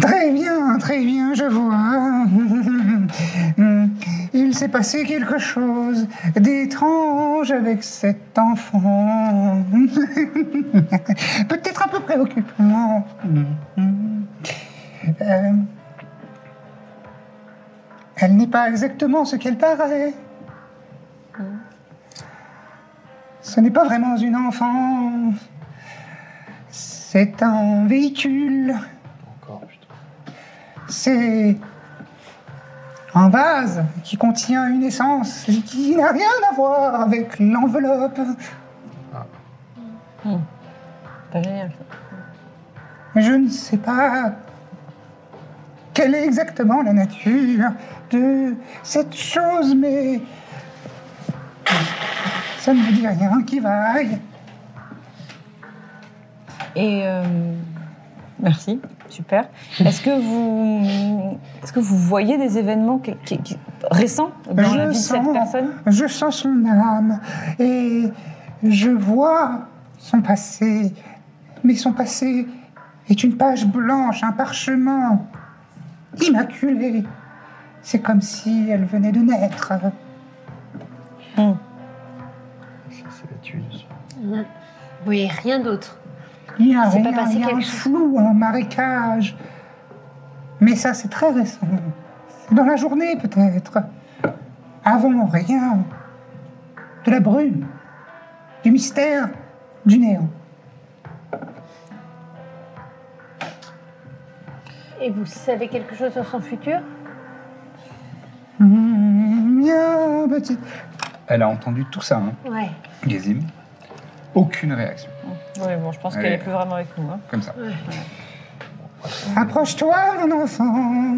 A: Très bien, très bien, je vois. *laughs* Il s'est passé quelque chose d'étrange avec cet enfant. *laughs* Peut-être un peu préoccupant. Euh, elle n'est pas exactement ce qu'elle paraît. Ce n'est pas vraiment une enfant. C'est un véhicule. C'est un vase qui contient une essence et qui n'a rien à voir avec l'enveloppe.
G: Pas génial. ça.
A: Je ne sais pas quelle est exactement la nature de cette chose, mais ça ne me dit rien qui vaille.
G: Et euh, merci, super. Est-ce que vous, est-ce que vous voyez des événements qui- qui- qui- récents dans
A: Je
G: la vie de
A: sens.
G: cette personne
A: Je sens son âme et je vois son passé. Mais son passé est une page blanche, un parchemin immaculé. C'est comme si elle venait de naître.
I: Ça, c'est la tueuse.
E: Mmh. Oui, rien d'autre.
A: Il y a,
E: C'est
A: rien,
E: pas passé
A: il y a
E: quelque
A: un
E: chose.
A: flou, un marécage. Mais ça, c'est très récent. C'est dans la journée, peut-être. Avant, rien. De la brume, du mystère, du néant.
E: Et vous savez quelque chose sur son futur
I: Mia, petite. Elle a entendu tout ça, hein,
E: Ouais.
I: Gazim. Aucune réaction,
G: Oui, bon, je pense
I: Allez.
G: qu'elle est plus vraiment avec nous. hein.
I: comme ça.
E: Ouais.
I: Approche-toi, mon enfant.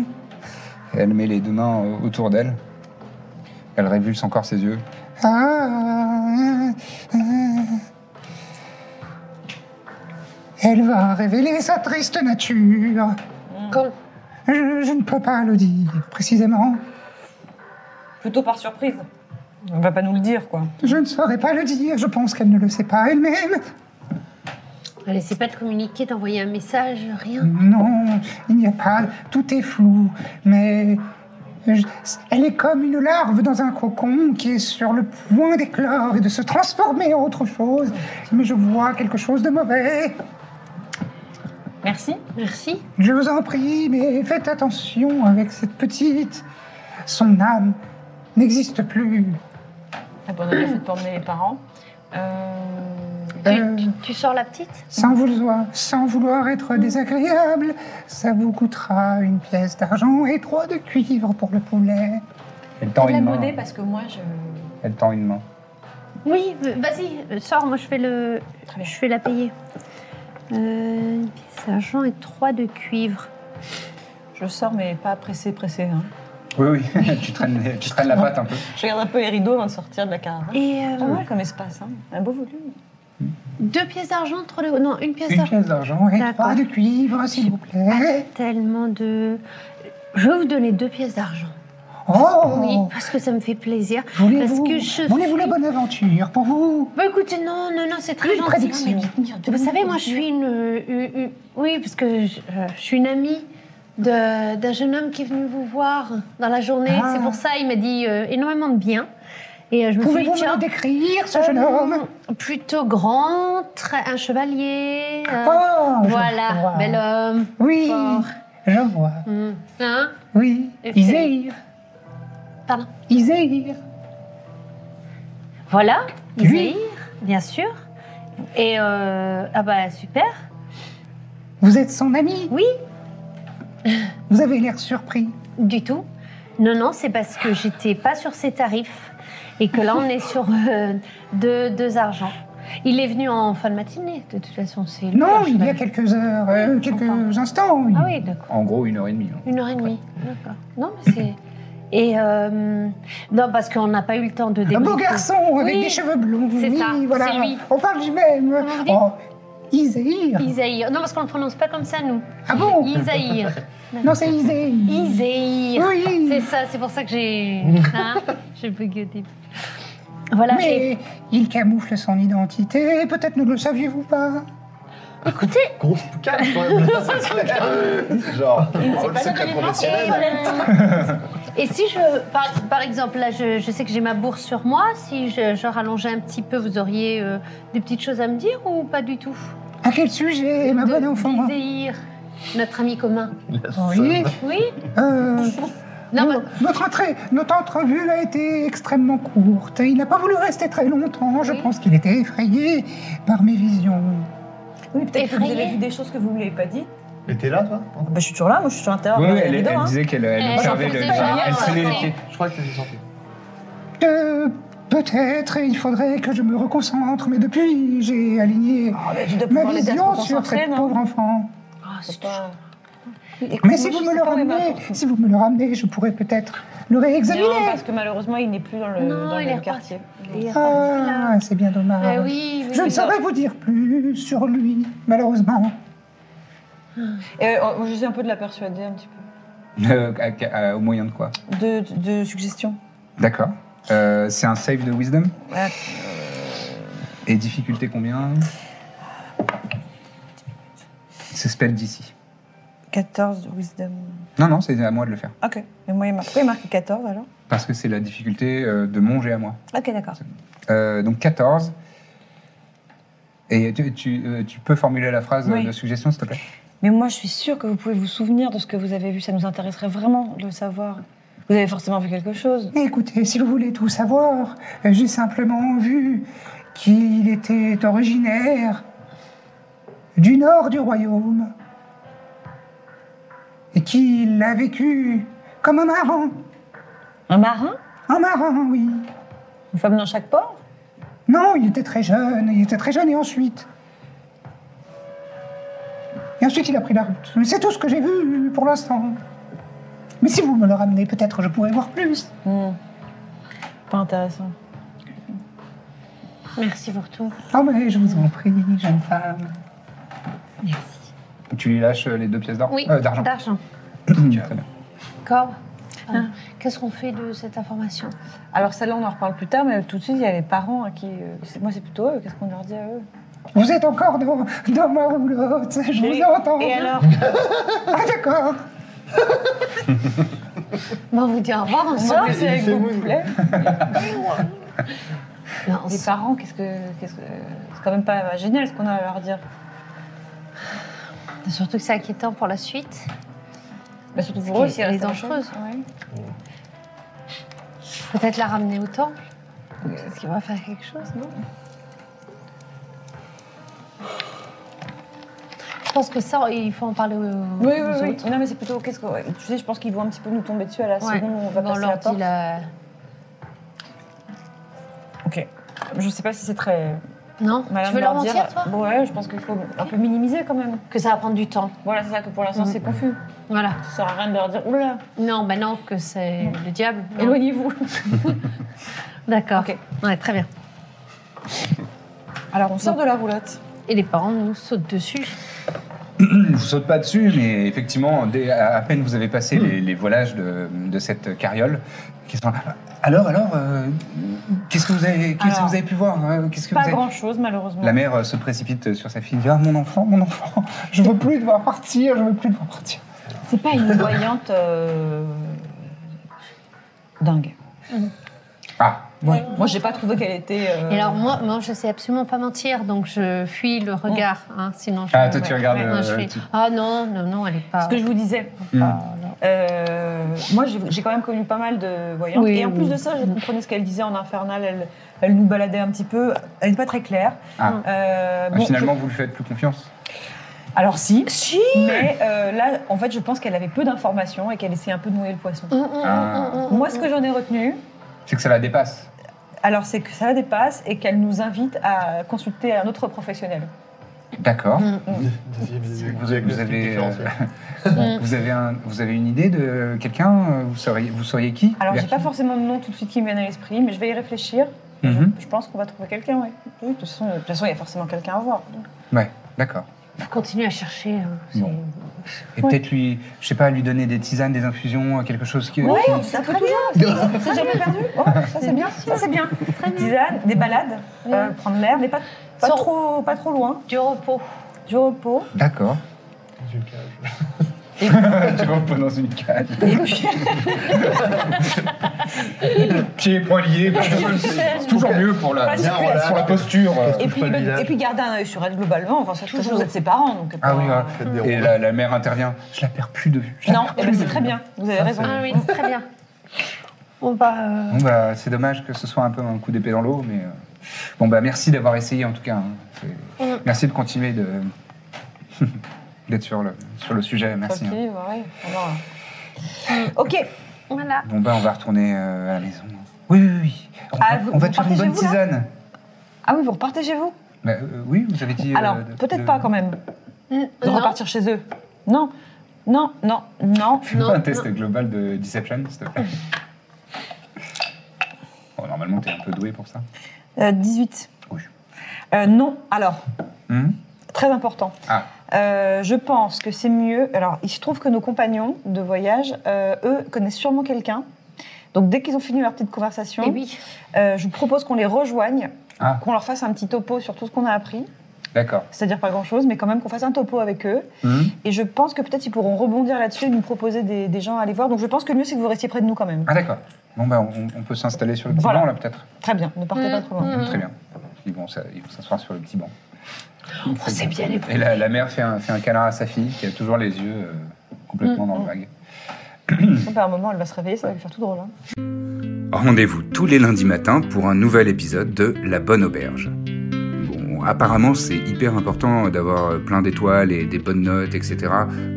I: Et elle met les deux mains euh, autour d'elle. Elle révulse encore ses yeux. Ah, ah, ah. Elle va révéler sa triste nature.
E: Quand
I: Je, je ne peux pas le dire précisément.
G: Plutôt par surprise. On va pas nous le dire, quoi.
I: Je ne saurais pas le dire. Je pense qu'elle ne le sait pas elle-même.
E: Elle essaie pas de communiquer, d'envoyer un message, rien.
I: Non, il n'y a pas. Tout est flou. Mais. je- elle est comme une larve dans un cocon qui est sur le point d'éclore et de se transformer en autre chose. Mais je vois quelque chose de mauvais.
G: Merci.
E: Merci.
I: Je vous en prie, mais faites attention avec cette petite. Son âme n'existe plus.
G: Ah, bon, on a bien fait de pas emmener les parents. Euh,
E: Tu,
I: Euh.
E: tu- tu sors la petite
I: Sans vouloir, sans vouloir être désagréable, ça vous coûtera une pièce d'argent et trois de cuivre pour le poulet. Elle
A: Pas
I: tend
A: de la monnaie parce que moi, je.
I: Elle tend une main.
E: Oui, euh, vas-y, euh, sors, moi je fais le.
A: Très bien.
E: Je fais la payer. Euh, une pièce d'argent et trois de cuivre.
G: Je sors, mais pas pressé, pressé. hein.
I: Oui, oui, *laughs* tu traînes, tu traînes la patte un peu.
G: Je regarde un peu les rideaux avant de sortir de la caravane.
E: Et euh,
G: Pas mal comme espace, hein. un beau volume.
E: deux pièces d'argent, trois de. Non, une pièce
I: Une
E: d'argent.
I: pièce d'argent et
E: D'accord.
I: trois de cuivre, s'il vous plaît.
E: Tellement de. Je vais vous donner deux pièces d'argent.
I: Oh
E: Oui, parce que ça me fait plaisir.
I: Voulez-vous
E: parce que je
I: voulez-vous
E: suis-
I: la bonne aventure pour vous
E: Bah écoutez, non, non, non, c'est très
I: Une
E: gentil. hein,
I: prédiction.
E: Vous savez, moi, je suis une, euh, une- une- oui, parce que je, euh, je suis une amie de- d'un jeune homme qui est venu vous voir dans la journée.
I: Ah.
E: C'est pour ça, il m'a dit euh, énormément de bien. Et euh, je me suis dit,
I: Pouvez-vous me
E: tiens,
I: le décrire, ce jeune
E: euh,
I: homme
E: plutôt grand, très- un chevalier. euh,
I: Oh, je
E: voilà,
I: vois.
E: bel homme.
I: Oui,
E: fort.
I: je vois.
E: Hmm. Hein
I: Oui,
E: Et c'est-
I: Iséir.
E: Pardon
I: Iséir.
E: Voilà,
I: Oui.
E: Isaïr, bien sûr. Et euh, ah bah super.
I: Vous êtes son ami
E: Oui,
I: Vous avez l'air surpris.
E: Du tout. Non, non, c'est parce que j'étais pas sur ses tarifs et que là, on est sur euh, deux, deux argents. Il est venu en fin de matinée, de toute façon, c'est... lui,
I: Non,
E: le
I: il y a
E: cheval.
I: quelques heures, euh, quelques
E: enfin.
I: instants. oui.
E: Ah oui, d'accord.
I: En gros, une heure et demie. hein.
E: Une heure et demie, d'accord. Non, mais c'est... Et... euh, non, parce qu'on n'a pas eu le temps de
I: Un
E: débriefer.
I: beau garçon avec
E: Oui,
I: des cheveux blonds.
E: c'est
I: oui,
E: ça,
I: voilà.
E: c'est lui.
I: On parle du même.
E: Comment vous dites
I: Oh, Iséir.
E: Isaïr. Non, parce qu'on ne le prononce pas comme ça, nous.
I: Ah bon
E: Isaïr.
I: Non, c'est Iséir.
E: Isaïr.
I: Oui.
E: C'est ça, c'est pour ça que j'ai... Hein j'ai bugué au début. Voilà, et-
I: Mais il camoufle son identité. Peut-être ne le saviez-vous pas.
E: écoutez,
B: Grosse poucave quand *laughs* même. Genre, oh, le secret professionnel.
E: Euh, Et si je, par, par exemple, là, je, je sais que j'ai ma bourse sur moi, si je, je rallongeais un petit peu, vous auriez euh, des petites choses à me dire ou pas du tout
I: À quel sujet, ma
E: De-
I: bonne enfant hein.
E: d'Iséir, notre ami commun.
I: Oui.
E: Oui
I: euh,
E: Non, bah,
I: bon, notre, entrée, notre entrevue a été extrêmement courte. Il n'a pas voulu rester très longtemps. Je
E: Oui.
I: pense qu'il était effrayé par mes visions.
G: Oui, peut-être que vous
E: Effrayé.
G: avez vu des choses que vous ne l'avez pas dites.
B: Mais t'es là, toi hein
G: Ah Bah, je suis toujours là, moi je suis sur l'intérieur. dans les rideaux, hein.
J: disait qu'elle
E: Elle observait le- faisait genre, elle traînait les pieds.
B: Je crois que t'es sorti.
I: Euh, Peut-être il faudrait que je me reconcentre, mais depuis j'ai aligné
G: Ah, bah, tu dois
I: ma
G: pouvoir l'aider à se
I: vision sur
G: concentrer,
I: cette
E: hein.
G: non
I: pauvre enfant.
E: Ah, c'est
G: C'est pas-
I: Mais
G: Écoute, moi,
I: si vous
G: je
I: me
G: sais
I: le
G: pas où est ma
I: ramenez,
G: porte.
I: si vous me le ramenez, je pourrais peut-être le
G: Non,
I: réexaminer.
G: parce que malheureusement, il n'est plus dans le,
E: Non,
G: dans
E: il
G: le
E: est
G: quartier.
E: Il est reparti, là.
I: Ah, c'est bien
E: Ah
I: dommage.
E: oui, oui,
I: Je ne
E: oui.
I: saurais vous dire plus sur lui, malheureusement. *laughs*
G: Et, euh, je suis un peu de la persuader un petit peu.
I: Euh, au moyen de quoi
G: De, de, de suggestions.
I: D'accord. Euh, c'est un save de wisdom
G: Ouais.
I: Et difficulté combien C'est spell d'ici.
G: 14 wisdom.
I: Non, non, c'est à moi de le faire.
G: Ok. Mais moi, il marque, pourquoi il marque 14 alors
I: Parce que c'est la difficulté euh, de mon jet à moi.
G: Ok, d'accord.
I: Euh, donc 14. Et tu, tu, euh, tu peux formuler la phrase
G: Oui.
I: de suggestion, s'il te plaît
G: Mais moi, je suis sûre que vous pouvez vous souvenir de ce que vous avez vu. Ça nous intéresserait vraiment de le savoir. Vous avez forcément vu quelque chose.
I: Écoutez, si vous voulez tout savoir, euh, j'ai simplement vu qu'il était originaire du nord du royaume.
A: et qu'il a vécu comme un marrant.
G: Un marin
A: Un marin, oui.
G: Une femme dans chaque port
A: Non, il était très jeune, il était très jeune et ensuite. Et ensuite, il a pris la route. Mais C'est tout ce que j'ai vu pour l'instant. Mais si vous me le ramenez, peut-être je pourrai voir plus.
G: Hmm. Pas intéressant.
E: Merci pour tout.
A: Ah mais je vous en prie, jeune femme.
E: Merci.
A: Tu lui lâches les deux pièces d'or
E: Oui,
A: Euh, d'argent.
E: d'argent.
A: Très bien.
E: D'accord. Euh, Qu'est-ce qu'on fait de cette information
G: Alors celle-là, on en reparle plus tard, mais tout de suite, il y a les parents à qui... euh, c'est- moi, c'est plutôt eux. Qu'est-ce qu'on leur dit à eux
A: Vous êtes encore dans, dans ma roulotte, je vous entends.
G: Et alors
A: Ah d'accord.
E: Bon, On vous dit au revoir
G: Non,
E: ensemble.
G: c'est avec vous, vous plaît.
E: Non, on
G: Les
E: s-
G: parents, qu'est-ce que... qu'est-ce que- C'est quand même pas génial ce qu'on a à leur dire.
E: Surtout que c'est inquiétant pour la suite.
G: Bah, surtout
E: Ce
G: pour eux,
E: qui
G: c'est
E: est
G: restent
E: dangereuse.
G: avec eux. Ouais.
E: Peut-être la ramener au temple. Est-ce qu'il va faire quelque chose, non Je pense que ça, il faut en parler aux,
G: Oui,
E: aux
G: oui, oui.
E: autres.
G: Non, mais c'est plutôt... Qu'est-ce que... ouais, Tu sais, je pense qu'ils vont un petit peu nous tomber dessus à la
E: Ouais.
G: seconde où on va
E: Bon,
G: passer
E: leur euh,
G: la
E: dit
G: porte.
E: la-
G: Ok. Je sais pas si c'est très...
E: Non
G: malin
E: Tu
G: de
E: veux leur mentir,
G: dire.
E: toi
G: Bon, Ouais, je pense qu'il faut un peu minimiser quand même.
E: Que ça va prendre du temps.
G: Voilà, c'est ça que pour l'instant,
E: Mhm.
G: c'est confus.
E: Voilà.
G: Ça sert à rien de leur dire, oula,
E: Non, ben non, que c'est le diable. Non.
G: éloignez-vous.
E: D'accord.
G: Ok.
E: Ouais, très bien.
G: Alors, on sort de la roulotte.
E: Et les parents nous sautent dessus.
A: Je vous saute pas dessus, mais effectivement, dès, à à peine vous avez passé
B: Hmm.
A: les, les volages de, de cette carriole, qui sont là. Alors, alors, euh, qu'est-ce que vous avez, qu'est-ce que
G: Alors,
A: vous avez pu voir euh, Qu'est-ce que vous
G: Pas
A: avez-
G: grand-chose, malheureusement.
A: La mère euh, se précipite sur sa fille. dit, Ah, mon enfant, mon enfant, *laughs* je veux plus devoir partir, je veux plus devoir partir.
G: C'est pas une voyante euh, dingue.
A: Ah,
G: Ouais. Moi, j'ai pas trouvé qu'elle était. euh,
E: Et alors, moi, moi, je sais absolument pas mentir, donc je fuis le regard. hein, sinon, je,
A: Ah, toi, tu regardes,
E: non, je
A: euh,
E: fais,
A: tu-
E: Ah non, non, non, elle est pas.
G: ce que je vous disais.
A: Mm.
E: Ah, non.
G: Euh, moi, j'ai j'ai quand même connu pas mal de voyantes.
E: Oui,
G: et en plus
E: oui.
G: de ça, je comprenais ce qu'elle disait en infernal. Elle, elle nous baladait un petit peu. Elle n'est pas très claire.
A: Ah.
G: Euh,
A: Ah,
G: bon,
A: finalement, vous lui faites plus confiance
G: je- Alors, si.
E: Si
G: Mais euh, là, en fait, je pense qu'elle avait peu d'informations et qu'elle essayait un peu de noyer le poisson.
E: Hum, hum, hum,
A: Ah.
E: hum, hum,
G: Moi, ce que j'en ai retenu,
A: C'est que ça la dépasse.
G: alors, c'est que ça la dépasse et qu'elle nous invite à consulter un autre professionnel.
A: D'accord.
G: Hmm.
E: hum,
B: Vous avez,
A: Vous avez, euh, *laughs*
G: Hmm.
A: vous, avez un- vous avez une idée de quelqu'un euh, vous sauriez, vous sauriez qui
G: Alors,
A: Vers
G: j'ai
A: qui
G: pas forcément de nom tout de suite qui me vient à l'esprit, mais je vais y réfléchir.
A: Mhm.
G: Je pense qu'on va trouver quelqu'un, ouais. oui. De toute façon, de toute façon, il y a forcément quelqu'un à voir.
A: Ouais, d'accord.
E: Faut continuer à chercher. hein, c'est-
A: Bon. Et
G: Ouais.
A: peut-être lui, je sais pas, lui donner des tisanes, des infusions, quelque chose qui.
G: Oui,
A: qui-
G: ça peut toujours. C'est c'est jamais perdu. Ouais, ça, c'est bien. Ça, c'est bien. Tisane, des balades, euh, prendre l'air, mais pas, pas,
E: Sans-
G: trop, pas trop loin.
E: Du repos.
G: Du repos.
A: D'accord. *laughs* tu vas pas dans une cage. *laughs*
G: Et puis,
A: Pieds et poings liés. toujours mieux pour la,
G: Bien,
B: voilà.
A: pour la posture.
G: et puis,
B: pas le
G: et
B: visage.
G: puis garder un œil sur elle globalement. Enfin, ça, de toute façon, vous êtes ses parents. Donc, euh,
A: Ah oui,
G: pas-
A: ouais. Et la, la mère intervient. Je la perds plus de vue. je la
G: Non,
A: perds
G: eh
A: plus
G: ben,
A: de
G: c'est
A: vue.
G: très bien. Vous avez raison.
E: Ah oui, c'est très bien. Bon, bah. euh,
A: Bon, bah, c'est dommage que ce soit un peu un coup d'épée dans l'eau, mais. euh, Bon, bah, merci d'avoir essayé en tout cas. hein. C'est-
E: Mm.
A: Merci de continuer de. *laughs* d'être sur le, sur le sujet. Merci.
G: Ok,
A: hein.
G: ouais, ouais. Alors, euh, Ok,
E: Voilà.
A: Bon, bah, on va retourner euh, à la maison. Oui, oui, oui. On,
G: Ah,
A: va-
G: vous-
A: on va
G: vous
A: te faire une bonne
G: partagez-vous, là
A: tisane.
G: ah oui, vous repartez chez vous
A: Bah, euh, oui, vous avez dit. euh,
G: Alors,
A: de-
G: peut-être
A: de-
G: pas quand même.
E: Hum,
G: de
E: non.
G: repartir chez eux. Non, non, non, non.
A: Fais-moi
E: Non,
A: un test global de Deception, s'il te
G: *laughs*
A: plaît. Bon, normalement, t'es un peu doué pour ça.
G: Euh, 18.
A: Oui.
G: Euh, non, alors,
A: Hmm
G: très important.
A: Ah.
G: Euh, je pense que c'est mieux. Alors, il se trouve que nos compagnons de voyage, euh, eux, connaissent sûrement quelqu'un. Donc, dès qu'ils ont fini leur petite conversation,
E: Eh oui.
G: euh, je vous propose qu'on les rejoigne,
A: Ah.
G: qu'on leur fasse un petit topo sur tout ce qu'on a appris.
A: D'accord.
G: C'est-à-dire pas grand-chose, mais quand même qu'on fasse un topo avec eux.
A: Hmm
G: Et je pense que peut-être ils pourront rebondir là-dessus et nous proposer des, des gens à aller voir. Donc, je pense que le mieux, c'est que vous restiez près de nous quand même.
A: Ah, d'accord. Bon, bah, on, on peut s'installer sur le petit
G: Voilà.
A: banc, là, peut-être.
G: Très bien, ne partez pas trop loin.
E: Hmm.
A: Très bien. Ils vont s'a- ils vont s'asseoir sur le petit banc.
G: Oh,
E: c'est bien, les
A: Et la, la mère fait un, fait un câlin à sa fille, qui a toujours les yeux euh,
E: Hmm.
A: complètement dans le vague.
G: Donc, à un moment, elle va se réveiller, ça va lui faire tout drôle. hein.
K: Rendez-vous tous les lundis matins pour un nouvel épisode de La Bonne Auberge. Bon, apparemment, c'est hyper important d'avoir plein d'étoiles et des bonnes notes, etc.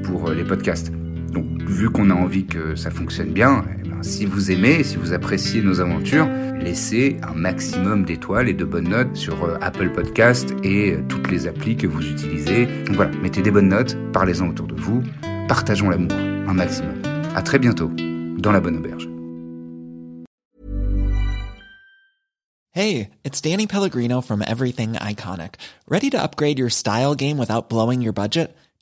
K: pour les podcasts.
A: euh, Donc, vu qu'on a envie que ça fonctionne bien, eh ben, si vous aimez, si vous appréciez nos aventures, laissez un maximum d'étoiles et de bonnes notes sur euh, Apple Podcast et euh, toutes les applis que vous utilisez. Donc voilà, mettez des bonnes notes, parlez-en autour de vous, partageons l'amour un maximum. À très bientôt dans la bonne auberge.
I: Hey, it's Danny Pellegrino from Everything Iconic. Ready to upgrade your style game without blowing your budget?